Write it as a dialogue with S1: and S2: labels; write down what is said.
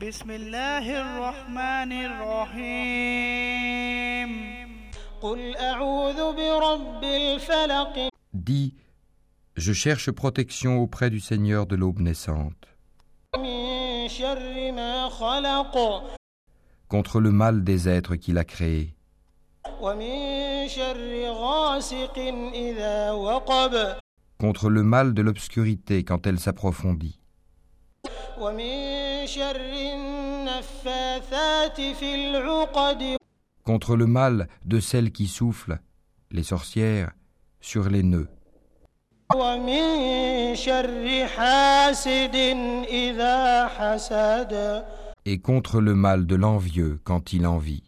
S1: بسم الله الرحمن الرحيم
S2: قل أعوذ برب الفلق
S3: Dis, je cherche protection auprès du Seigneur de l'aube naissante,
S2: من شر ما خلق
S3: contre le mal des êtres qu'il a créés,
S2: ومن شر غاسق إذا وقب
S3: contre le mal de l'obscurité quand elle s'approfondit,
S2: ومن شر النفاثات في العقد
S3: contre le mal de celles qui soufflent, les sorcières, sur les nœuds,
S2: ومن شر حاسد إذا حسد
S3: et contre le mal de l'envieux quand il envie.